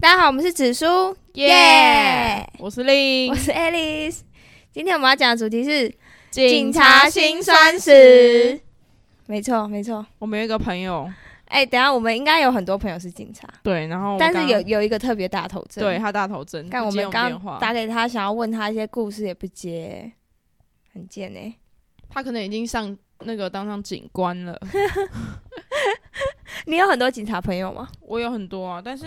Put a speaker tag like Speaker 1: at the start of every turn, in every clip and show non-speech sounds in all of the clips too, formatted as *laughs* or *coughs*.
Speaker 1: 大家好，我们是紫苏，耶、
Speaker 2: 我是令
Speaker 1: 我是 Alice。今天我们要讲的主题是
Speaker 2: 史。。
Speaker 1: 没错，没错。
Speaker 2: 我们有一个朋友，
Speaker 1: 哎、等一下我们应该有很多朋友是警察，
Speaker 2: 对，然后我
Speaker 1: 但
Speaker 2: 刚
Speaker 1: 是有有一个特别大头症。
Speaker 2: 对，他大头针，
Speaker 1: 但
Speaker 2: 不
Speaker 1: 我
Speaker 2: 接
Speaker 1: 们
Speaker 2: 电
Speaker 1: 刚
Speaker 2: 话，
Speaker 1: 打给他，想要问他一些故事，也不接，很贱哎、
Speaker 2: 他可能已经上那个当上警官了。 *laughs*
Speaker 1: 你有很多警察朋友吗？
Speaker 2: 我有很多啊，但是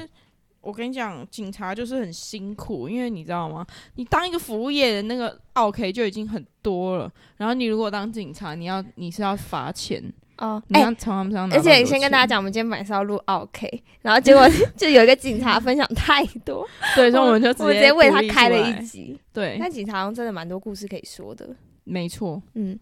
Speaker 2: 我跟你讲，警察就是很辛苦，因为你知道吗？你当一个服务业的那个 OK 就已经很多了，然后你如果当警察，你要你是要罚钱，
Speaker 1: 哦，
Speaker 2: 你
Speaker 1: 哎、
Speaker 2: 要从他们身上拿
Speaker 1: 而
Speaker 2: 到很多钱、
Speaker 1: 且先跟大家讲，我们今天本来是要录 OK，然后结 *laughs* 果就有一个警察分享太多，
Speaker 2: 对，所以我们就
Speaker 1: *laughs* 我们直接为他开了一
Speaker 2: 集。
Speaker 1: 集。
Speaker 2: 对，
Speaker 1: 但警察好像真的蛮多故事可以说的。
Speaker 2: 没错，
Speaker 1: 嗯，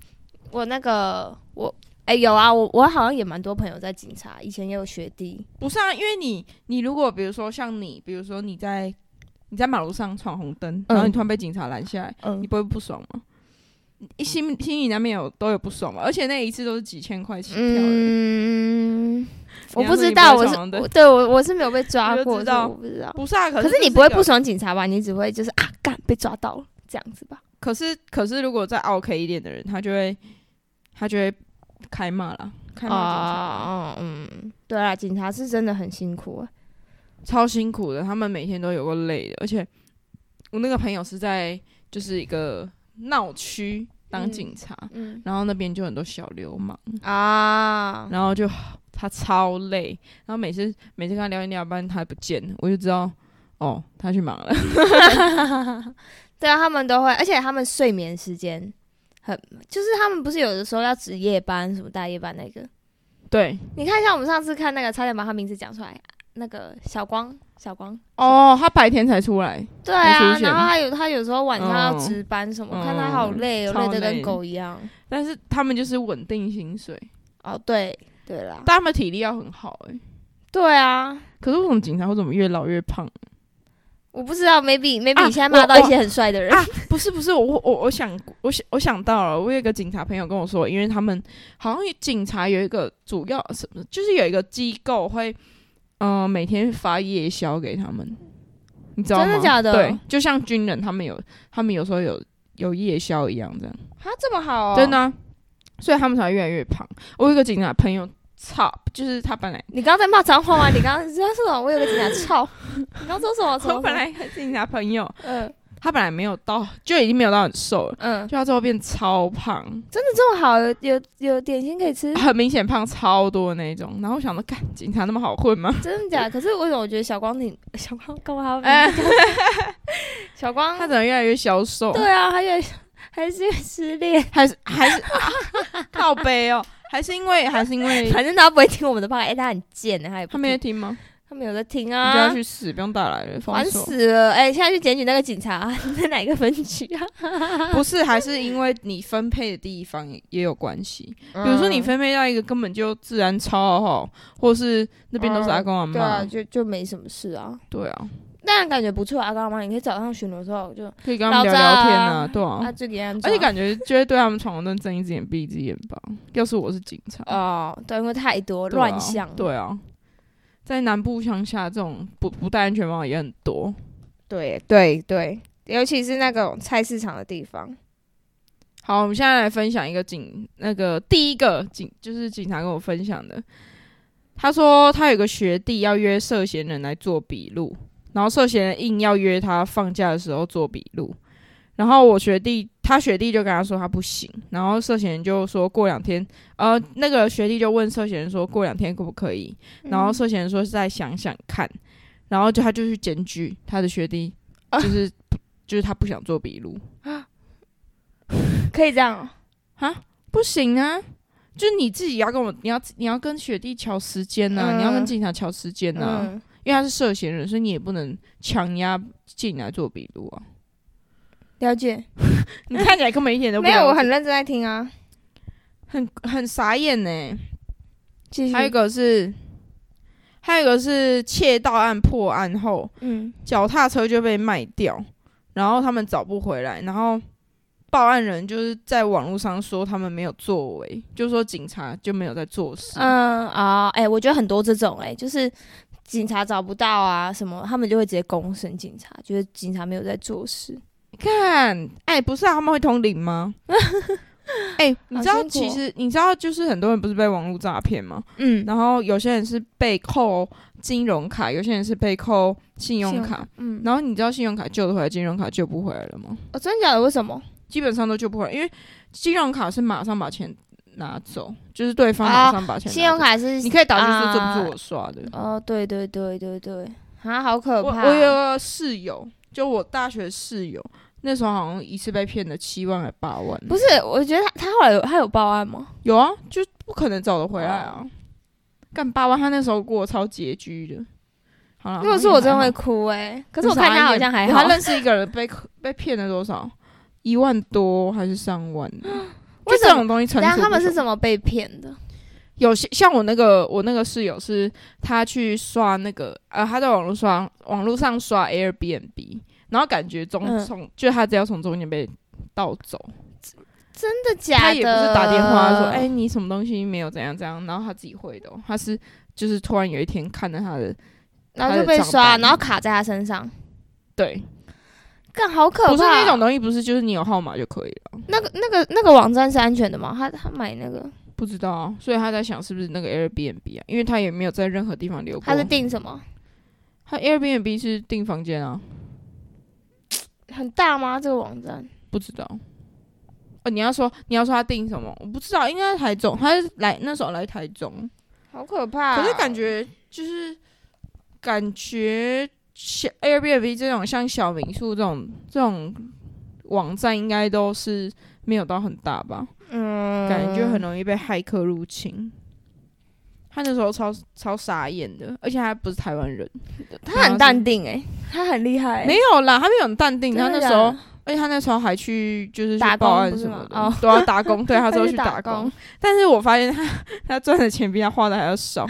Speaker 1: 我那个我哎、有啊，我我好像也蛮多朋友在警察，以前也有学弟。
Speaker 2: 不是啊，因为你你如果比如说像你，比如说你在你在马路上闯红灯，然后你突然被警察拦下来，
Speaker 1: 嗯
Speaker 2: 你，不会不爽吗？一心心里难免有都有不爽嘛，而且那一次都是几千块起跳的。
Speaker 1: 嗯，我不知
Speaker 2: 你要
Speaker 1: 道，嗯我
Speaker 2: 说你不会
Speaker 1: 是
Speaker 2: 闯红灯
Speaker 1: 我对我我是没有被抓
Speaker 2: 你就
Speaker 1: 过，
Speaker 2: 知
Speaker 1: 所以
Speaker 2: 道
Speaker 1: 我不知道。
Speaker 2: 不是啊，可
Speaker 1: 可
Speaker 2: 是
Speaker 1: 是你
Speaker 2: 这
Speaker 1: 不会
Speaker 2: 个
Speaker 1: 不爽警察吧？你只会就是啊，干被抓到了这样子吧？
Speaker 2: 可是可是如果再 OK 一点的人，他就会他就会开骂啦，开骂警察，
Speaker 1: 哦，嗯，对啦，警察是真的很辛苦、啊。
Speaker 2: 超辛苦的，他们每天都有够累的，而且我那个朋友是在就是一个闹区当警察，
Speaker 1: 嗯
Speaker 2: 然后那边就很多小流氓，
Speaker 1: 啊，
Speaker 2: 然后就他超累，然后每次每次跟他聊天聊一半他不见了，我就知道哦他去忙 *laughs* 了，
Speaker 1: *laughs* 对啊，他们都会，而且他们睡眠时间很，就是他们不是有的时候要值夜班，什么大夜班那个，
Speaker 2: 对，
Speaker 1: 你看一下，我们上次看那个，差点把他名字讲出来，那个小光，小光。
Speaker 2: 哦他白天才出来，
Speaker 1: 对
Speaker 2: 没
Speaker 1: 啊，
Speaker 2: 出现
Speaker 1: 然后他有他有时候晚上要
Speaker 2: 嗯
Speaker 1: 值班什么，
Speaker 2: 嗯
Speaker 1: 看他好累哦，
Speaker 2: 超
Speaker 1: 累得跟
Speaker 2: 累
Speaker 1: 狗一样。
Speaker 2: 但是他们就是稳定薪水，
Speaker 1: 哦，对对啦，
Speaker 2: 但他们体力要很好哎、
Speaker 1: 对啊，
Speaker 2: 可是为什么警察会怎么越老越胖？
Speaker 1: 我不知道，maybe maybe
Speaker 2: 啊
Speaker 1: 你现在骂到一些很帅的人
Speaker 2: 啊不是不是，我我我想我想我想到了，我有一个警察朋友跟我说，因为他们好像警察有一个主要什么，就是有一个机构会，嗯、每天发夜宵给他们，你知道吗？
Speaker 1: 真的假的
Speaker 2: 对，就像军人他们有他们有时候有有夜宵一样，这样、
Speaker 1: 啊，这么好哦，
Speaker 2: 真的啊、所以他们才越来越胖。我有一个警察朋友，操，就是他本来
Speaker 1: 你刚刚在骂脏话吗？你刚刚你知道说什么？我有个警察操，你刚说什么？什么
Speaker 2: *laughs* 我本来一个警察朋友，
Speaker 1: 嗯
Speaker 2: 他本来没有到就已经没有到很瘦了，
Speaker 1: 嗯，
Speaker 2: 就他最后变超胖。
Speaker 1: 真的 *laughs* 这么好，有有有点心可以
Speaker 2: *laughs*
Speaker 1: 吃，
Speaker 2: 很明显胖超多那一种。然后我想说，干警察那么好混 *laughs* 吗？
Speaker 1: 真的假的？可是为什么我觉得小光挺 *laughs* 小光干嘛还要
Speaker 2: 哎
Speaker 1: 名字？ *laughs* 小光
Speaker 2: 他怎么越来越消瘦？
Speaker 1: 对啊，还有还是失恋，
Speaker 2: 还是还是、 *laughs* 啊、靠背哦，还是因为还是因为
Speaker 1: 反正他不会听我们的 p 哎、他很贱的、他也不
Speaker 2: 哎他没有
Speaker 1: 听
Speaker 2: 听吗？
Speaker 1: 他没有在听
Speaker 2: 你就要
Speaker 1: 啊，
Speaker 2: 去死，不用打来了，封
Speaker 1: 烦
Speaker 2: 锁。
Speaker 1: 死了！哎、现在去检举那个警察、你在哪一个分局啊？
Speaker 2: 不是，还是因为你分配的地方也也有关系。嗯比如说你分配到一个根本就治安超好，或是那边都是阿公阿
Speaker 1: 嗯对啊，
Speaker 2: 妈，
Speaker 1: 就就没什么事啊。
Speaker 2: 对啊，
Speaker 1: 但感觉不错啊，刚刚你可以早上巡逻的时候就
Speaker 2: 可以跟他们聊聊天啊，对
Speaker 1: 啊，
Speaker 2: 啊。
Speaker 1: 就给他们抓
Speaker 2: 哦而且感觉就会对他们闯红灯睁一只眼闭一只眼吧。要是我是警察，
Speaker 1: 哦，对，因为太多
Speaker 2: 对啊
Speaker 1: 乱象，
Speaker 2: 对啊，在南部乡下这种不不戴安全帽也很多。
Speaker 1: 对对对，尤其是那种菜市场的地方，
Speaker 2: 好，我们现在来分享一个警那个第一个警就是警察跟我分享的，他说他有个学弟要约涉嫌人来做笔录，然后涉嫌人硬要约他放假的时候做笔录。然后我学弟，他学弟就跟他说他不行，然后涉嫌人就说过两天，呃，那个学弟就问涉嫌人说过两天可不可以，然后涉嫌人说是再想想看，然后就他就去检举他的学弟，
Speaker 1: 啊
Speaker 2: 就是、就是他不想做笔录，
Speaker 1: 可以这样哦，
Speaker 2: 不行啊，就你自己要跟我，你要你要跟学弟瞧时间呐、你要跟
Speaker 1: 嗯
Speaker 2: 警察瞧时间呐、
Speaker 1: 嗯，
Speaker 2: 因为他是涉嫌人，所以你也不能强压进来做笔录
Speaker 1: *laughs*
Speaker 2: 啊。
Speaker 1: 了解，
Speaker 2: 你看起来根本一点都不
Speaker 1: 没有，
Speaker 2: 了
Speaker 1: 我
Speaker 2: 解
Speaker 1: 很认真在听啊，
Speaker 2: 很很傻眼呢、
Speaker 1: 继续，
Speaker 2: 还有一个是，还有一个是窃盗案破案后，
Speaker 1: 嗯。
Speaker 2: 脚踏车就被卖掉，然后他们找不回来，然后报案人就是在网络上说他们没有作为，就说警察就没有在做事。
Speaker 1: 嗯啊，哎、我觉得很多这种哎、就是警察找不到啊什么，他们就会直接公审警察，觉得警察没有在做事。
Speaker 2: 看，哎、不是啊，他们会通
Speaker 1: *laughs*
Speaker 2: 灵吗？哎、你知道
Speaker 1: 好辛苦哦
Speaker 2: 其实你知道就是很多人不是被网络诈骗吗？
Speaker 1: 嗯，
Speaker 2: 然后有些人是被扣金融卡，有些人是被扣信用卡。，
Speaker 1: 嗯，
Speaker 2: 然后你知道信用卡救得回来，金融卡救不回来了吗？
Speaker 1: 哦，真的假的？为什么？
Speaker 2: 基本上都救不回来，因为信用卡是马上把钱拿走，就是对方马上把钱拿走、
Speaker 1: 啊信用卡是
Speaker 2: 你可以打去说这不
Speaker 1: 啊
Speaker 2: 是我刷的。
Speaker 1: 哦，对对对对对，啊，好可
Speaker 2: 我
Speaker 1: 怕！
Speaker 2: 我有个室友，就我大学室友，那时候好像一次被骗了七万还八万。
Speaker 1: 不是，我觉得他他后来有他有报案吗？
Speaker 2: 有啊，就不可能找得回来
Speaker 1: 哦
Speaker 2: 啊。干八万，他那时候过得超拮据的。好了，
Speaker 1: 如果是我真的会哭哎、可是我看他好像还
Speaker 2: 我
Speaker 1: 好
Speaker 2: 还。认识一个人被被骗了多少？一万多还是上万的？
Speaker 1: *gasps*
Speaker 2: 就
Speaker 1: 为
Speaker 2: 这
Speaker 1: 什
Speaker 2: 种东西层
Speaker 1: 然
Speaker 2: 出
Speaker 1: 后他们是
Speaker 2: 不穷
Speaker 1: 怎么被骗的？
Speaker 2: 有些像我那个我那个室友是，他去刷那个呃，他在网络刷网络上刷 Airbnb，然后感觉中
Speaker 1: 嗯
Speaker 2: 从、就他只要从中间被盗走，
Speaker 1: 真的假的？
Speaker 2: 他也不是打电话说哎、你什么东西没有怎样怎样，然后他自己会的哦、他是就是突然有一天看到他的
Speaker 1: 然后就
Speaker 2: 他
Speaker 1: 被
Speaker 2: 的账
Speaker 1: 刷，
Speaker 2: 单
Speaker 1: 然后卡在他身上，
Speaker 2: 对，
Speaker 1: 更好可怕。
Speaker 2: 不是那种东西，不是就是你有号码就可以了，
Speaker 1: 那个那个那个网站是安全的吗？他他买那个
Speaker 2: 不知道啊，所以他在想是不是那个 Airbnb 啊，因为他也没有在任何地方留过，
Speaker 1: 他是订什么？
Speaker 2: 他 Airbnb 是订房间啊，
Speaker 1: 很大吗？这个网站？
Speaker 2: 不知道。哦，你要说你要说他订什么？我不知道，应该是台中，他是来那时候来台中，
Speaker 1: 好可怕哦
Speaker 2: 可是感觉就是感觉像 Airbnb 这种像小民宿这种这种网站，应该都是没有到很大吧，
Speaker 1: 嗯
Speaker 2: 感觉就很容易被骇客入侵。他那时候超超傻眼的，而且他不是台湾人，
Speaker 1: 他很淡定哎、他很厉害、
Speaker 2: 没
Speaker 1: 欸。
Speaker 2: 有啦，他没有很淡定，
Speaker 1: 真
Speaker 2: 他
Speaker 1: 的
Speaker 2: 那
Speaker 1: 假
Speaker 2: 时候
Speaker 1: 的
Speaker 2: 而且他那时候还去就是去
Speaker 1: 打工
Speaker 2: 报案
Speaker 1: 不是
Speaker 2: 什么的，
Speaker 1: 吗哦
Speaker 2: 对啊，打工，对他
Speaker 1: 他
Speaker 2: 之后
Speaker 1: 去
Speaker 2: 去
Speaker 1: 打
Speaker 2: 打工
Speaker 1: 工，
Speaker 2: 但是我发现他 *laughs* 他赚的钱比他花的还要少，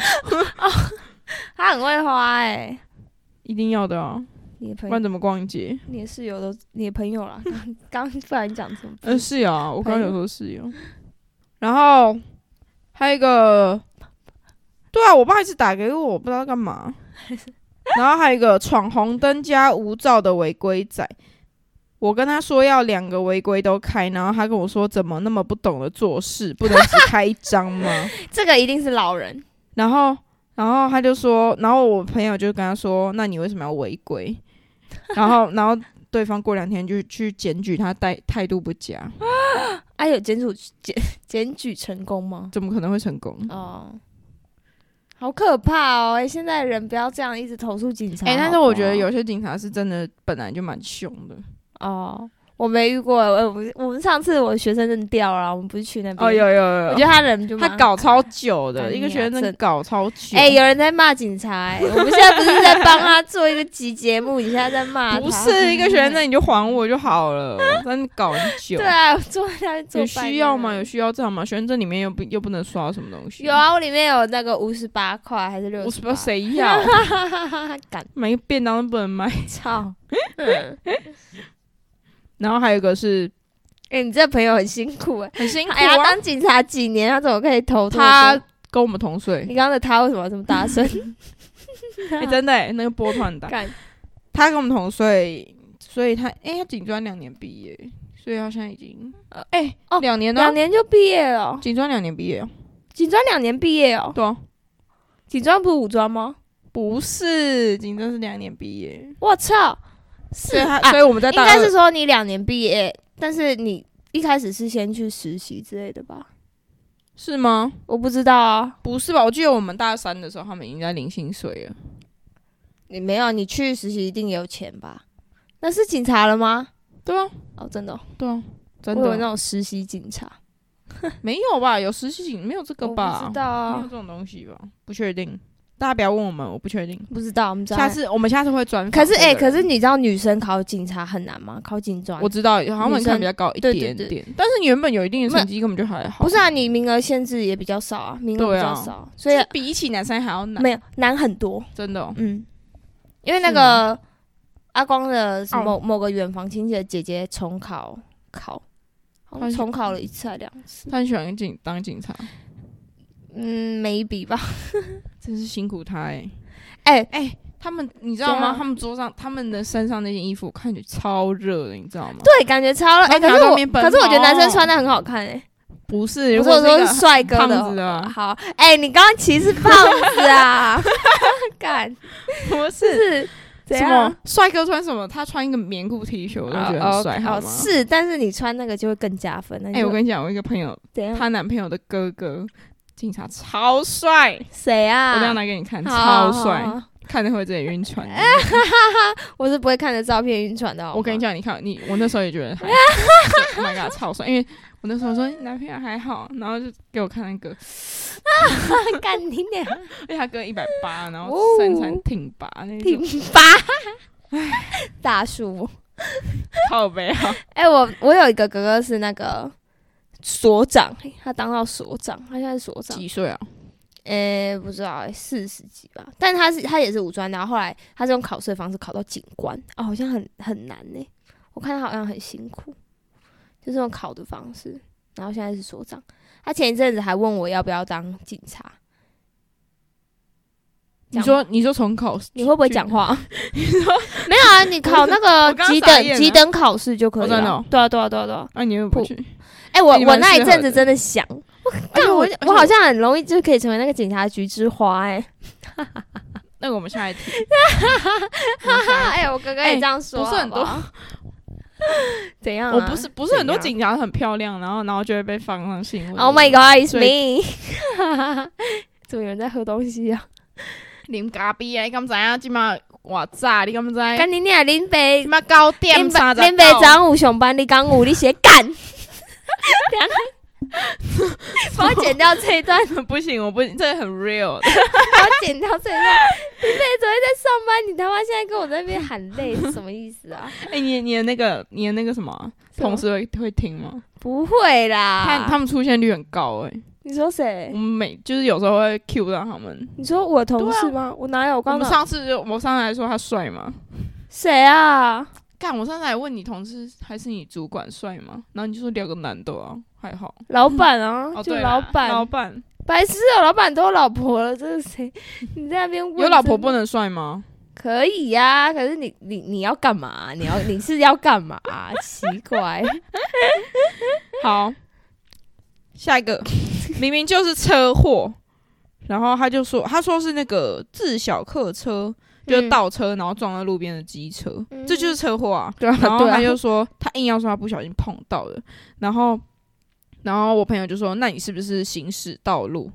Speaker 1: 他很会花哎、欸。
Speaker 2: 一定要的啊，
Speaker 1: 你的朋
Speaker 2: 不
Speaker 1: 友
Speaker 2: 然、怎么逛街？
Speaker 1: 你的室友都，你的朋友啦。 *laughs* 刚刚不然讲什么？
Speaker 2: 呃，室友啊，我刚刚有说室友，然后还有一个，对啊，我爸一直打给我，我不知道干 *laughs* 嘛，然后还有一个闯红灯加无照的违规仔。我跟他说要两个违规都开，然后他跟我说怎么那么不懂得做事，不能只开一张 *laughs* 吗？
Speaker 1: 这个一定是老人，
Speaker 2: 然后，然后他就说，然后我朋友就跟他说：“那你为什么要违规？”然后，然后对方过两天就去检举他态态度不佳，
Speaker 1: 哎、有检举检检举成功吗？
Speaker 2: 怎么可能会成功？
Speaker 1: 哦，好可怕哦！哎、现在人不要这样一直投诉警察。
Speaker 2: 哎、但
Speaker 1: 好
Speaker 2: 是
Speaker 1: 不好
Speaker 2: 我觉得有些警察是真的本来就蛮凶的。
Speaker 1: 哦，我没遇过。欸我我们我们上次我学生扔掉了，我们不是去那边？
Speaker 2: 哦，有有有
Speaker 1: 我
Speaker 2: 有
Speaker 1: 觉得他人就蛮
Speaker 2: 他搞超久的，
Speaker 1: 干
Speaker 2: 一个
Speaker 1: 你啊
Speaker 2: 学生
Speaker 1: 真
Speaker 2: 搞超久。
Speaker 1: 哎、有人在骂警察、哎，我们现在不是在帮他做一个集节目，你现在在骂啊他？
Speaker 2: 不是一个学生，那你就还我就好了，真的搞很
Speaker 1: *laughs*
Speaker 2: 久。
Speaker 1: 对啊，我坐在那边做
Speaker 2: 有
Speaker 1: 半
Speaker 2: 需要吗？
Speaker 1: 天
Speaker 2: 有需要这样吗？学生证里面又不又不能刷什么东西。
Speaker 1: 有，啊，我里面有那个五十八块还是六
Speaker 2: 我
Speaker 1: 十
Speaker 2: 不知道
Speaker 1: 八？
Speaker 2: 谁要，
Speaker 1: *laughs* 敢
Speaker 2: 每个便当都不能买。 *laughs*
Speaker 1: 操！
Speaker 2: 然后还有一个是
Speaker 1: 哎、你这朋友很辛苦哎、
Speaker 2: 很辛苦
Speaker 1: 哎呀，他
Speaker 2: 啊，
Speaker 1: 当警察几年，他怎么可以投这么
Speaker 2: 他
Speaker 1: 多
Speaker 2: 跟我们同岁，
Speaker 1: 你刚刚的他为什么这么大声？ *laughs*
Speaker 2: 哎、真的、欸、那个波团的，
Speaker 1: 敢
Speaker 2: 他跟我们同岁，所以他哎、他警专两年毕业，所以他现在已经呃哎
Speaker 1: 哦
Speaker 2: 两、年
Speaker 1: 两
Speaker 2: 呢，
Speaker 1: 年就毕业了哦，
Speaker 2: 警专两年毕业哦，
Speaker 1: 警专两年毕业哦，
Speaker 2: 对啊，
Speaker 1: 警专不是武装吗？
Speaker 2: 不是警专是两年毕业，
Speaker 1: 我操！是
Speaker 2: 所以他、
Speaker 1: 啊，
Speaker 2: 所以我们在
Speaker 1: 应
Speaker 2: 大
Speaker 1: 该
Speaker 2: 二
Speaker 1: 是说你两年毕业，但是你一开始是先去实习之类的吧？
Speaker 2: 是吗？
Speaker 1: 我不知道啊，
Speaker 2: 不是吧？我记得我们大三的时候，他们已经在领薪水了，
Speaker 1: 你没有，你去实习一定有钱吧？那是警察了吗？
Speaker 2: 对啊，
Speaker 1: 哦，真的哦、
Speaker 2: 对啊，真
Speaker 1: 我有那
Speaker 2: 的
Speaker 1: 种实习警察，
Speaker 2: 没有吧？有实习警没有这个
Speaker 1: 我
Speaker 2: 吧？
Speaker 1: 不知道
Speaker 2: 没有
Speaker 1: 啊，
Speaker 2: 这种东西吧？不确定，大家不要问我们，我不确定。
Speaker 1: 不知道，我们知道啊
Speaker 2: 下。次我们下次会专访
Speaker 1: 可
Speaker 2: 这
Speaker 1: 是
Speaker 2: 个
Speaker 1: 哎、
Speaker 2: 人。
Speaker 1: 可是你知道女生考警察很难吗？考警专
Speaker 2: 我知道，好像门槛比较高一点
Speaker 1: 对
Speaker 2: 点，
Speaker 1: 对
Speaker 2: 但是你原本有一定的成绩，根本就还好。
Speaker 1: 不是啊，你名额限制也比较少啊，名额
Speaker 2: 对
Speaker 1: 比
Speaker 2: 啊
Speaker 1: 较少，所以
Speaker 2: 就是比起男生还要难，
Speaker 1: 没有难很多。
Speaker 2: 真的哦、
Speaker 1: 嗯，因为那
Speaker 2: 是
Speaker 1: 个阿光的
Speaker 2: 哦
Speaker 1: 某、某个远房亲戚的姐姐重考考，好像
Speaker 2: 她是
Speaker 1: 重考了一次还两次，
Speaker 2: 他很喜欢警当警察，
Speaker 1: 嗯，眉笔吧。 *laughs*
Speaker 2: 真是辛苦他哎、
Speaker 1: 哎、哎、
Speaker 2: 哎、他们你知道
Speaker 1: 怎
Speaker 2: 吗？
Speaker 1: 样
Speaker 2: 他们桌上、他们的身上那件衣服看起来超热的，你知道吗？，
Speaker 1: 对，感觉超了。哎、可
Speaker 2: 他拿
Speaker 1: 是
Speaker 2: 到
Speaker 1: 我，
Speaker 2: 面本
Speaker 1: 可是我觉得男生
Speaker 2: 哦
Speaker 1: 穿的很好看哎、
Speaker 2: 不是，如
Speaker 1: 不是
Speaker 2: 果
Speaker 1: 我
Speaker 2: 是一
Speaker 1: 说
Speaker 2: 个
Speaker 1: 是帅哥的
Speaker 2: 胖
Speaker 1: 话
Speaker 2: 子的啊
Speaker 1: 好，哎、你刚刚歧视胖子啊？ *laughs* 干，
Speaker 2: 不
Speaker 1: 就是
Speaker 2: *laughs*
Speaker 1: 是怎
Speaker 2: 什
Speaker 1: 样
Speaker 2: 么？帅哥穿什么？他穿一个棉裤 T 恤，我都觉得很帅，好
Speaker 1: 哦，
Speaker 2: 吗？
Speaker 1: 是，但是你穿那个就会更加分。那
Speaker 2: 哎、
Speaker 1: 你就
Speaker 2: 我跟你讲，我一个朋友，
Speaker 1: 怎样？
Speaker 2: 她男朋友的哥哥警察超帅，
Speaker 1: 谁啊？
Speaker 2: 我这样拿给你看，
Speaker 1: 好好
Speaker 2: 超
Speaker 1: 好
Speaker 2: 帅，
Speaker 1: 好
Speaker 2: 看着会有点
Speaker 1: *laughs*
Speaker 2: 晕船。
Speaker 1: 我是不会看着照片晕船的。好吗
Speaker 2: 我跟你，讲，你看你，我那时候也觉
Speaker 1: *laughs*
Speaker 2: 得还 Oh，My God，超帅，因为我那时候说你男朋友还好，然后就给我看那个，
Speaker 1: *laughs* 干你娘！
Speaker 2: *laughs* 而且他哥一百八，然后
Speaker 1: 哦
Speaker 2: 身材挺拔那
Speaker 1: 挺
Speaker 2: *laughs* 种，
Speaker 1: 拔，大叔。
Speaker 2: 靠背啊，
Speaker 1: 哎、我我有一个哥哥是那个所长，他当到所长，他现在是所长。
Speaker 2: 几岁啊？
Speaker 1: 哎、不知道、四十几吧。但他是他也是五专，然后后来他是用考试的方式考到警官，哦，好像很很难呢、我看他好像很辛苦，就是用考的方式。然后现在是所长，他前一阵子还问我要不要当警察。
Speaker 2: 你说你说从考
Speaker 1: 你会不会
Speaker 2: 去
Speaker 1: 讲
Speaker 2: *laughs*
Speaker 1: 话？没有啊，你考那
Speaker 2: 我
Speaker 1: 个
Speaker 2: 刚
Speaker 1: 几
Speaker 2: 傻眼
Speaker 1: 等
Speaker 2: 了
Speaker 1: 几等考试就可以
Speaker 2: 哦真的
Speaker 1: 了
Speaker 2: 哦。
Speaker 1: 对啊，对啊，对啊，对啊。
Speaker 2: 啊，你又不
Speaker 1: 不
Speaker 2: 去？哎
Speaker 1: 哎、我
Speaker 2: 你
Speaker 1: 我
Speaker 2: 蛮
Speaker 1: 那一
Speaker 2: 适合
Speaker 1: 阵子
Speaker 2: 的啊
Speaker 1: 真的想，
Speaker 2: 而且
Speaker 1: 但我
Speaker 2: 而且
Speaker 1: 我好像很容易就可以成为那个警察局之花哎、
Speaker 2: 那个我们下一
Speaker 1: *laughs*
Speaker 2: 题，
Speaker 1: 哎、我哥哥
Speaker 2: *laughs* 哎
Speaker 1: 也这样说，
Speaker 2: 不是很多
Speaker 1: 好不好怎样、啊？
Speaker 2: 我不是不是很多
Speaker 1: 怎
Speaker 2: 警察很漂亮，然后然后就会被放上新闻。
Speaker 1: Oh my god, it's
Speaker 2: 所
Speaker 1: me！怎 *laughs* 么有人在喝东西啊？
Speaker 2: 啉咖啡啊，你敢知影即马偌早？你敢知？
Speaker 1: 干你娘，林北
Speaker 2: 即，马九点
Speaker 1: 林北
Speaker 2: 哎三，十
Speaker 1: 林北张武上班，你讲武，你写干。 *laughs* 等一下 *laughs* 帮我剪掉这一段，
Speaker 2: *laughs* 不行，我不行，这很 real 的。
Speaker 1: 帮我剪掉 *laughs* 这一段。林北昨天在上班，你他妈现在跟我在那边喊累，是什么意思啊？ *laughs*
Speaker 2: *laughs* 哎、你你的那个你的那个什么啊
Speaker 1: 什么啊
Speaker 2: 同事会会听吗？
Speaker 1: 不会
Speaker 2: 他
Speaker 1: 啦，
Speaker 2: 他们出现率很高哎、
Speaker 1: 你说谁
Speaker 2: 我？们每就是有时候会 cue 到他们。
Speaker 1: 你说我同事吗？我哪有？我
Speaker 2: 啊我
Speaker 1: 刚
Speaker 2: 们
Speaker 1: 刚
Speaker 2: 上次就我上次还说他帅吗？
Speaker 1: 谁啊？
Speaker 2: 干，我上次还问你同事还是你主管帅吗？然后你就说两个男的啊，还好。
Speaker 1: 老板啊，
Speaker 2: 哦，
Speaker 1: 就
Speaker 2: 对啦，
Speaker 1: 老板，
Speaker 2: 老板
Speaker 1: 白痴哦、老板都有老婆了，这是谁？你在那边问
Speaker 2: 有老婆
Speaker 1: 这
Speaker 2: 不能帅吗？
Speaker 1: 可以呀、可是你你你要干嘛、你要你是要干嘛、奇怪， *laughs*
Speaker 2: 好，下一个 *laughs* 明明就是车祸，然后他就说他说是那个自小客车 *laughs* 就
Speaker 1: 嗯
Speaker 2: 倒车，然后撞到路边的机车，
Speaker 1: 嗯
Speaker 2: 这就是车祸啊。
Speaker 1: 对啊
Speaker 2: 然后
Speaker 1: 对啊
Speaker 2: 他就说他硬要说他不小心碰到的，然后然后我朋友就说那你是不是行驶道路？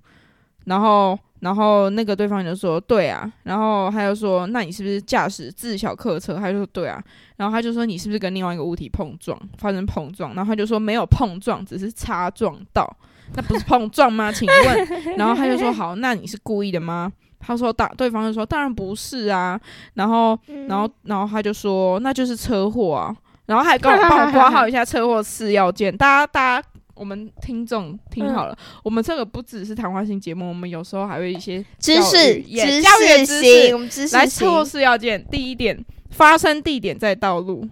Speaker 2: 然后然后那个对方就说对啊，然后他就说那你是不是驾驶自小客车？他就说对啊，然后他就说你是不是跟另外一个物体碰撞发生碰撞？然后他就说没有碰撞，只是擦撞到，那不是碰撞吗？请
Speaker 1: *laughs*
Speaker 2: 问？然后他就说好，那你是故意的吗？他说当对方就说当然不是啊，然后
Speaker 1: 嗯
Speaker 2: 然后然后他就说那就是车祸啊，然后还跟我帮我挂号一下车祸四要件，大家大家。我们听众听好了，我们这个不只是谈话性节目，我们有时候还会一些
Speaker 1: 知识
Speaker 2: 教育也
Speaker 1: 知
Speaker 2: 教育
Speaker 1: 识
Speaker 2: 知识
Speaker 1: 型，我们知
Speaker 2: 来，
Speaker 1: 识
Speaker 2: 车祸
Speaker 1: 型，
Speaker 2: 是要件：第一点，发生地点在道路；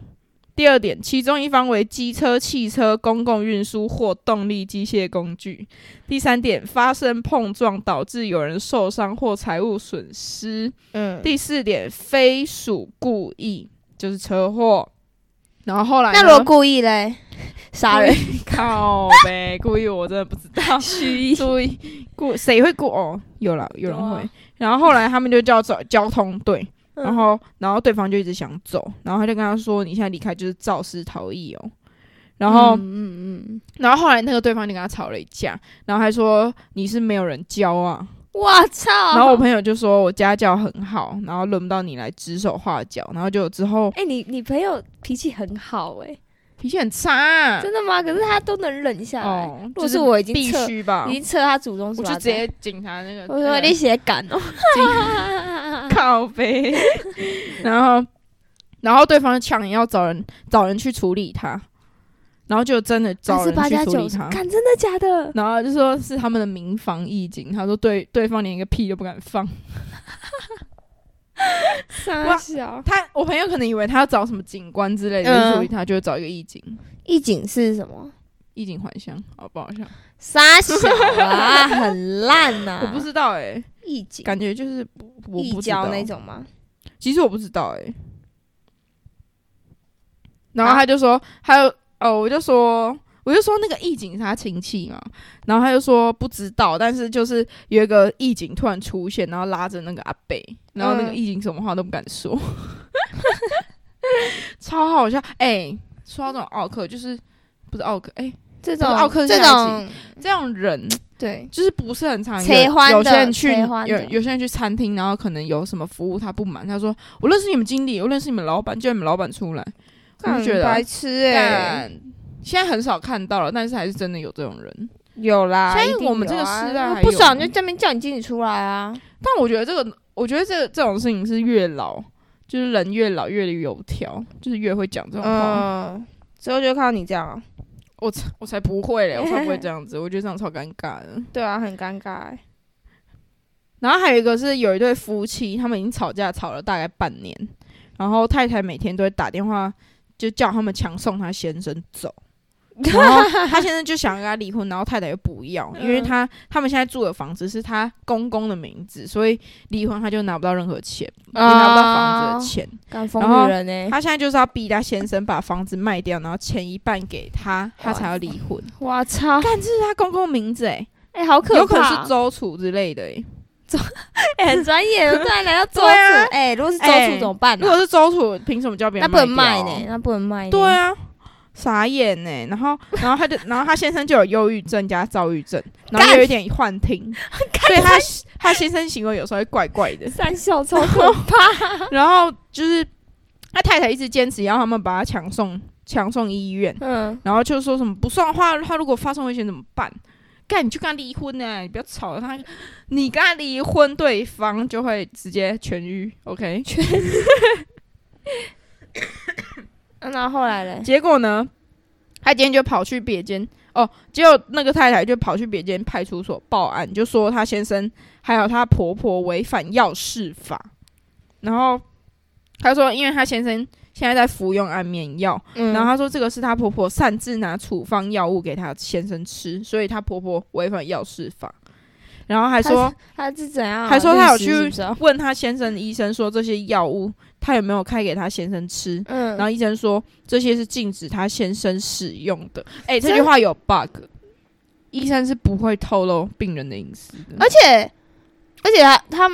Speaker 2: 第二点，其中一方为机车、汽车、公共运输或动力机械工具；第三点，发生碰撞导致有人受伤或财物损失；
Speaker 1: 嗯，
Speaker 2: 第四点，非属故意，就是车祸。然后后来呢，
Speaker 1: 那如果故意 *laughs* 嘞，杀人，
Speaker 2: *laughs* 靠呗，故意我真的不知道。
Speaker 1: 蓄
Speaker 2: *laughs*
Speaker 1: 意，
Speaker 2: 注意，故谁会过哦？有了，有人会。
Speaker 1: 对啊
Speaker 2: 然后后来他们就叫走交通队，
Speaker 1: 嗯
Speaker 2: 然后然后对方就一直想走，然后他就跟他说：“你现在离开就是肇事逃逸哦。”然后、
Speaker 1: 嗯嗯嗯，
Speaker 2: 然后后来那个对方就跟他吵了一架，然后还说：“你是没有人教啊。
Speaker 1: 我操，
Speaker 2: 然后我朋友就说：“我家教很好，然后轮不到你来指手画脚。”然后就之后
Speaker 1: 哎、你你朋友脾气很好哎、
Speaker 2: 脾气很差、啊，
Speaker 1: 真的吗？可是他都能忍下来，
Speaker 2: 哦，
Speaker 1: 如
Speaker 2: 就
Speaker 1: 果是我已经
Speaker 2: 必
Speaker 1: 撤
Speaker 2: 须吧
Speaker 1: 已。经测他祖宗是
Speaker 2: 我
Speaker 1: 吧？
Speaker 2: 就直接警察那个，
Speaker 1: 我
Speaker 2: 那
Speaker 1: 说
Speaker 2: 个
Speaker 1: 你写感哦， *laughs*
Speaker 2: 靠背，然后然后对方就抢要找人找人去处理他，然后就真的 *laughs* 找
Speaker 1: 是
Speaker 2: 人
Speaker 1: 八
Speaker 2: 去
Speaker 1: 加
Speaker 2: 处理
Speaker 1: 九，
Speaker 2: 他，
Speaker 1: 看真的假的？
Speaker 2: 然后就说是他们的民防义警，他说对对方连一个屁都不敢放，
Speaker 1: 傻
Speaker 2: 哇
Speaker 1: 小
Speaker 2: 他我
Speaker 1: 嗯
Speaker 2: 朋友可能以为他要找什么警官之类的去处理他，就会找一个义警，
Speaker 1: 一警是什么？
Speaker 2: 衣锦还乡，哦好不好笑？
Speaker 1: 傻小啊，很烂 *laughs* 呐、
Speaker 2: 我不知道哎、
Speaker 1: 一景
Speaker 2: 感觉就是不我
Speaker 1: 一
Speaker 2: 不知道
Speaker 1: 交那。种吗？
Speaker 2: 其实我不知道哎、然后他就说，还有哦，我就说，我就说那个义警是他亲戚嘛，然后他就说不知道，但是就是有一个义警突然出现，然后拉着那个阿北，然后那个
Speaker 1: 嗯
Speaker 2: 义警什么话都不敢说， *laughs* 超好笑哎、说到这种奥克，就是不是奥克哎、
Speaker 1: 这种
Speaker 2: 奥克
Speaker 1: 这
Speaker 2: 夏
Speaker 1: 种
Speaker 2: 这种人
Speaker 1: 对，
Speaker 2: 就是不是很常
Speaker 1: 切
Speaker 2: 有
Speaker 1: 欢的
Speaker 2: 有些人去
Speaker 1: 切欢的
Speaker 2: 有有些人去餐厅，然后可能有什么服务他不满，他说我认识你们经理，我认识你们老板，叫你们老板出来，我就觉
Speaker 1: 干
Speaker 2: 得啊
Speaker 1: 白痴哎、
Speaker 2: 干现在很少看到了，但是还是真的有这种人。
Speaker 1: 有啦，
Speaker 2: 现在
Speaker 1: 一定
Speaker 2: 我们这个
Speaker 1: 有啊
Speaker 2: 时代还有
Speaker 1: 不爽就这边叫你经理出来啊，
Speaker 2: 但我觉得这个，我觉得这这种事情是越老，就是人越老越油条，就是越会讲这种话。
Speaker 1: 嗯，之后就看到你这样啊，
Speaker 2: 我才我才不会嘞，我才不会这样子，我觉得这样超尴尬的。
Speaker 1: 对啊，很尴尬、欸，
Speaker 2: 然后还有一个是有一对夫妻，他们已经吵架吵了大概半年，然后太太每天都会打电话，就叫他们强送她先生
Speaker 1: *laughs*
Speaker 2: 走。然后他先生就想跟他离婚，然后太太又不要，因为他他们现在住的房子是他公公的名字，所以离婚他就拿不到任何钱，
Speaker 1: 哦
Speaker 2: 也拿不到房子的钱。
Speaker 1: 干啊疯
Speaker 2: 然后
Speaker 1: 女人呢、欸，
Speaker 2: 他现在就是要逼他先生把房子卖掉，然后钱一半给他，他才要离婚。
Speaker 1: 我操，
Speaker 2: 但这是他公公名字哎、
Speaker 1: 哎、好可怕，
Speaker 2: 有可能是周楚之类的哎、
Speaker 1: 哎、很专业 *laughs* 的，突然来到周
Speaker 2: 对啊
Speaker 1: 处，哎、如果是周
Speaker 2: 哎
Speaker 1: 处怎么办、
Speaker 2: 如
Speaker 1: 啊？
Speaker 2: 果是周楚，凭什么叫别
Speaker 1: 那
Speaker 2: 人
Speaker 1: 不能卖
Speaker 2: 卖掉啊
Speaker 1: 呢、那不能卖呢、
Speaker 2: 对啊，傻眼呢、然后，然后他就，然后他先生就有忧郁症加躁郁症，然后
Speaker 1: 干。
Speaker 2: 又有一点幻听，所以他他先生行为有时候会怪怪的
Speaker 1: 三笑超可 *laughs* 怕，
Speaker 2: 然后就是他太太一直坚持要他们把他强送强送医院，
Speaker 1: 嗯，
Speaker 2: 然后就说什么不送的话，他如果发生危险怎么办？干，你去跟他离婚呢、欸你不要吵了他，你跟他离婚，对方就会直接痊愈。OK，
Speaker 1: 啊那后来嘞，
Speaker 2: 结果呢，他今天就跑去别间哦，结果那个太太就跑去别间派出所报案，就说她先生还有她婆婆违反药事法，然后她说，因为她先生现在在服用安眠药，
Speaker 1: 嗯，
Speaker 2: 然后她说这个是她婆婆擅自拿处方药物给她先生吃，所以她婆婆违反药事法，然后还说。
Speaker 1: 他是怎样啊、
Speaker 2: 还说他有
Speaker 1: 律师
Speaker 2: 去
Speaker 1: 是不是啊
Speaker 2: 问她先生的医生说这些药物她有没有开给她先生吃，
Speaker 1: 嗯，
Speaker 2: 然后医生说这些是禁止他先生使用的。哎、这
Speaker 1: 真
Speaker 2: 句话有 bug，医生是不会透露病人的隐私的。
Speaker 1: 而且而且他他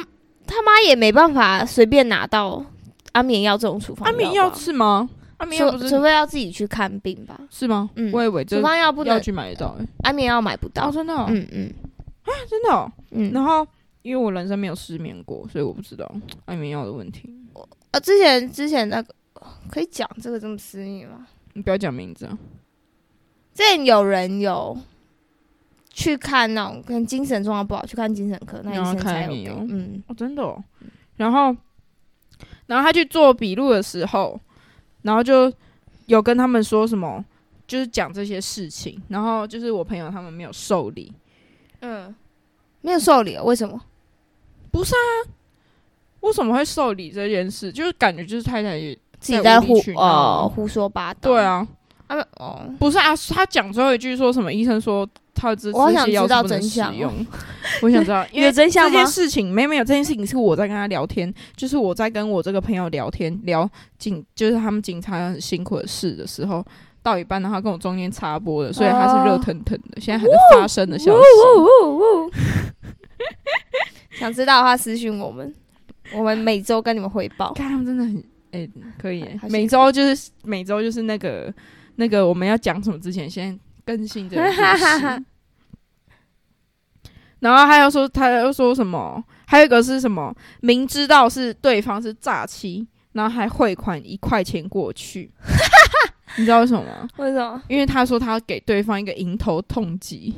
Speaker 1: 他妈也没办法随便拿到安眠药这种处方吧，
Speaker 2: 安眠药是吗？安眠药不
Speaker 1: 除除
Speaker 2: 是
Speaker 1: 非要自己去看病吧，
Speaker 2: 是吗？
Speaker 1: 嗯
Speaker 2: 我以为
Speaker 1: 处
Speaker 2: 这
Speaker 1: 方药不
Speaker 2: 药
Speaker 1: 能，
Speaker 2: 去买得到、欸。
Speaker 1: 安眠药买不到
Speaker 2: 哦，，真的哦、
Speaker 1: 嗯嗯
Speaker 2: 真的、哦。
Speaker 1: 嗯。
Speaker 2: 然后因为我人生没有失眠过，所以我不知道安眠药的问题。
Speaker 1: 啊，之前之前那个可以讲这个这么私密吗？
Speaker 2: 你不要讲名字啊。
Speaker 1: 之前有人有去看那种可能精神状况不好，去看精神科，那医
Speaker 2: 然后
Speaker 1: 生
Speaker 2: 看
Speaker 1: 才有
Speaker 2: 安
Speaker 1: 给
Speaker 2: 眠药
Speaker 1: 嗯，
Speaker 2: 哦，真的、哦。然后，然后他去做笔录的时候，然后就有跟他们说什么，就是讲这些事情。然后就是我朋友他们没有受理，
Speaker 1: 嗯，没有受理哦，为什么？
Speaker 2: 为什么会受理这件事？就是感觉就是太太也
Speaker 1: 自己
Speaker 2: 在
Speaker 1: 在
Speaker 2: 无理
Speaker 1: 胡
Speaker 2: 取闹
Speaker 1: 哦胡说八道。
Speaker 2: 对，啊，
Speaker 1: 啊没哦，
Speaker 2: 不是啊，他讲最后一句说什么？医生说他这
Speaker 1: 我好
Speaker 2: 这
Speaker 1: 想
Speaker 2: 些药
Speaker 1: 知道
Speaker 2: 是不能
Speaker 1: 真
Speaker 2: 使
Speaker 1: 相哦
Speaker 2: 用。 *laughs* 我想
Speaker 1: *laughs*
Speaker 2: 知道，因为
Speaker 1: 真
Speaker 2: 这件事情没有没有，这件事情是我在跟他聊天，就是我在跟我这个朋友聊天，聊警就是他们警察很辛苦的事的时候，到一半然后他跟我中间插播的，所以他
Speaker 1: 哦
Speaker 2: 是热腾腾的，现在还在发生的消息。
Speaker 1: *laughs* 想知道的话私讯我们，我们每周跟你们汇报。
Speaker 2: 看他们真的很哎、可以、
Speaker 1: 好辛苦
Speaker 2: 每周就是每周就是那个那个我们要讲什么之前先更新这个故事 *laughs* 然后还有说，他又说什么？还有一个是什么？明知道是对方是诈欺，然后还汇款一块钱过去， *laughs* 你知道为什么吗？
Speaker 1: 为什么？
Speaker 2: 因为他说他要给对方一个迎头痛击。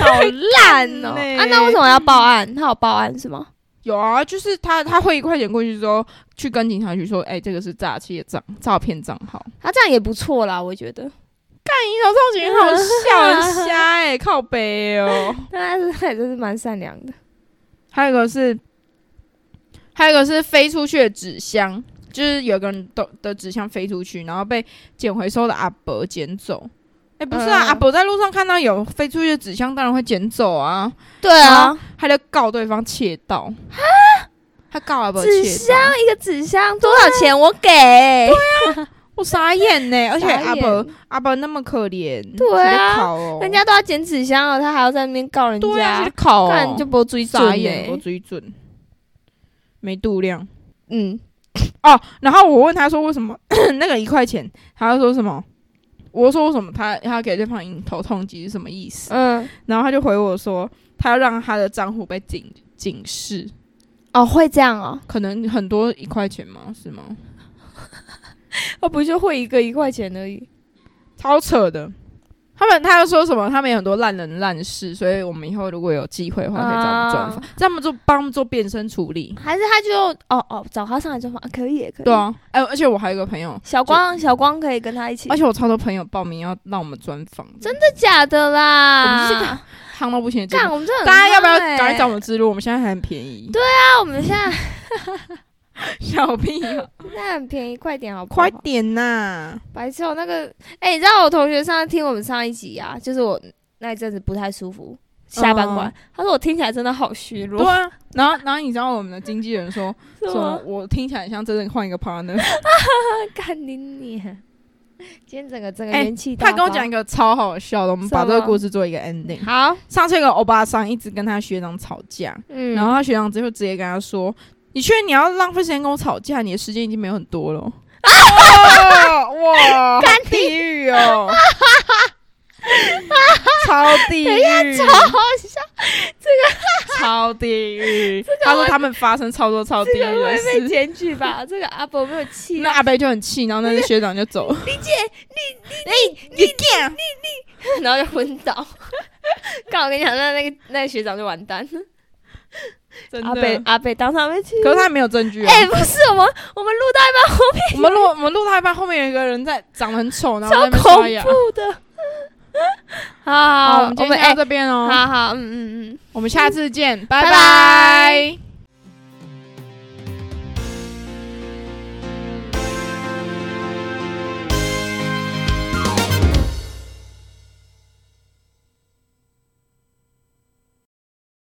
Speaker 1: 好烂哦！
Speaker 2: 很累
Speaker 1: 啊，那为什么要报案？他有报案是吗？
Speaker 2: *laughs* 有啊，就是他他汇一块钱过去之后，去跟警察局说，哎、这个是诈欺的账诈骗账号。
Speaker 1: 他这样也不错啦，我觉得。
Speaker 2: 迎头痛击很好笑，很瞎
Speaker 1: 欸
Speaker 2: 哎、靠背哦。
Speaker 1: 但是他也真是蛮善良的。
Speaker 2: *laughs* 还有一个是，还有一个是飞出去的纸箱，就是有个人的的纸箱飞出去，然后被捡回收的阿伯捡走，哎、不是啊，
Speaker 1: 嗯
Speaker 2: 阿伯在路上看到有飞出去的纸箱，当然会捡走啊。
Speaker 1: 对啊
Speaker 2: 然，后他就告对方窃盗他告阿伯
Speaker 1: 纸
Speaker 2: 窃盗，
Speaker 1: 一个纸箱啊多少钱？我给。
Speaker 2: 我傻眼呢、欸而且
Speaker 1: 傻眼
Speaker 2: 阿伯阿伯那么可怜，
Speaker 1: 对啊
Speaker 2: 谁在烤哦，
Speaker 1: 人家都要捡纸箱了，他还要在那边告人
Speaker 2: 对啊，
Speaker 1: 家
Speaker 2: 谁在，烤
Speaker 1: 干、
Speaker 2: 哦，
Speaker 1: 就不追
Speaker 2: 傻
Speaker 1: 准
Speaker 2: 眼，
Speaker 1: 欸
Speaker 2: 我追准，没度量
Speaker 1: 嗯，
Speaker 2: 哦。然后我问他说为什么 *coughs* 那个一块钱，他就说什么？我说为什么他他给对方引头痛击是什么意思？
Speaker 1: 嗯，
Speaker 2: 然后他就回我说，他要让他的账户被警警示，
Speaker 1: 哦，会这样哦，
Speaker 2: 可能很多一块钱吗？是吗？
Speaker 1: 我哦不就会一个一块钱而已。
Speaker 2: 超扯的。他们他又说什么？他们有很多烂人烂事，所以我们以后如果有机会的话，可以找他们专访，这样他们做帮他们做变身处理。
Speaker 1: 还是他就哦哦找他上来专访、啊，可以耶可以。
Speaker 2: 对，啊，哎、而且我还有一个朋友，
Speaker 1: 小光小光可以跟他一起，
Speaker 2: 而且我超多朋友报名要让我们专访，真
Speaker 1: 真
Speaker 2: 的
Speaker 1: 的假的啦？
Speaker 2: 我们是 *laughs* 夯到不行的节
Speaker 1: 干，
Speaker 2: 目。
Speaker 1: 我们真的很
Speaker 2: 大家要不要
Speaker 1: 夯欸啊
Speaker 2: 赶快找我？们之路？我们现在还很便宜，对，
Speaker 1: 那我们现在
Speaker 2: 小屁
Speaker 1: *laughs*
Speaker 2: 啊，
Speaker 1: 现在很便宜，快点好不好？
Speaker 2: 快点呐、
Speaker 1: *laughs* 白痴哦，那个，哎、你知道我同学上次听我们上一集啊，就是我那一阵子不太舒服，下班过来，
Speaker 2: 嗯
Speaker 1: 他说我听起来真的好虚弱
Speaker 2: 对，啊，然后然后你知道我们的经纪人说
Speaker 1: 是
Speaker 2: 什么
Speaker 1: 吗？？
Speaker 2: 我听起来很像真的换一
Speaker 1: *laughs*
Speaker 2: 个 partner，
Speaker 1: 干你娘！今天整个整个
Speaker 2: 哎
Speaker 1: 元气大、
Speaker 2: 他跟我讲一，个超好笑的，我们把
Speaker 1: 什
Speaker 2: 这
Speaker 1: 么
Speaker 2: 个故事做一个 ending。
Speaker 1: 啊好，
Speaker 2: 上次有个欧巴桑一直跟他学长吵架，
Speaker 1: 嗯，
Speaker 2: 然后他学长就直接跟他说：“你确定你要浪费时间跟我吵架？你的时间已经没有很多了。哇”
Speaker 1: *laughs*
Speaker 2: 哇，干地狱哦！超地狱，超
Speaker 1: 好笑，
Speaker 2: 超地狱！他说他们发生超多超地狱
Speaker 1: 这个
Speaker 2: 的
Speaker 1: 会被
Speaker 2: 事，
Speaker 1: 检举吧？这个阿伯没有气
Speaker 2: 那，阿贝就很气，然后那个学长就走了。你姐，你你你你干，
Speaker 1: 然后就昏倒。刚我跟你讲，那那个那个学长就完蛋了，
Speaker 2: 真
Speaker 1: 阿贝
Speaker 2: 的。
Speaker 1: 阿贝当场被气。
Speaker 2: 可是他没有证据啊！
Speaker 1: 哎、不是我们我们录到一半后面
Speaker 2: 我们录我们录到一半，后面有一个人在长得很丑，然后在
Speaker 1: 超
Speaker 2: 那边刷
Speaker 1: 恐
Speaker 2: 牙。
Speaker 1: 怖的。 *laughs* 好好好，
Speaker 2: 好，我们今
Speaker 1: 我们
Speaker 2: 天
Speaker 1: 哎
Speaker 2: 到这边哦，
Speaker 1: 好好，嗯嗯嗯。
Speaker 2: 我们下次见，拜
Speaker 1: 拜
Speaker 2: 拜
Speaker 1: 拜。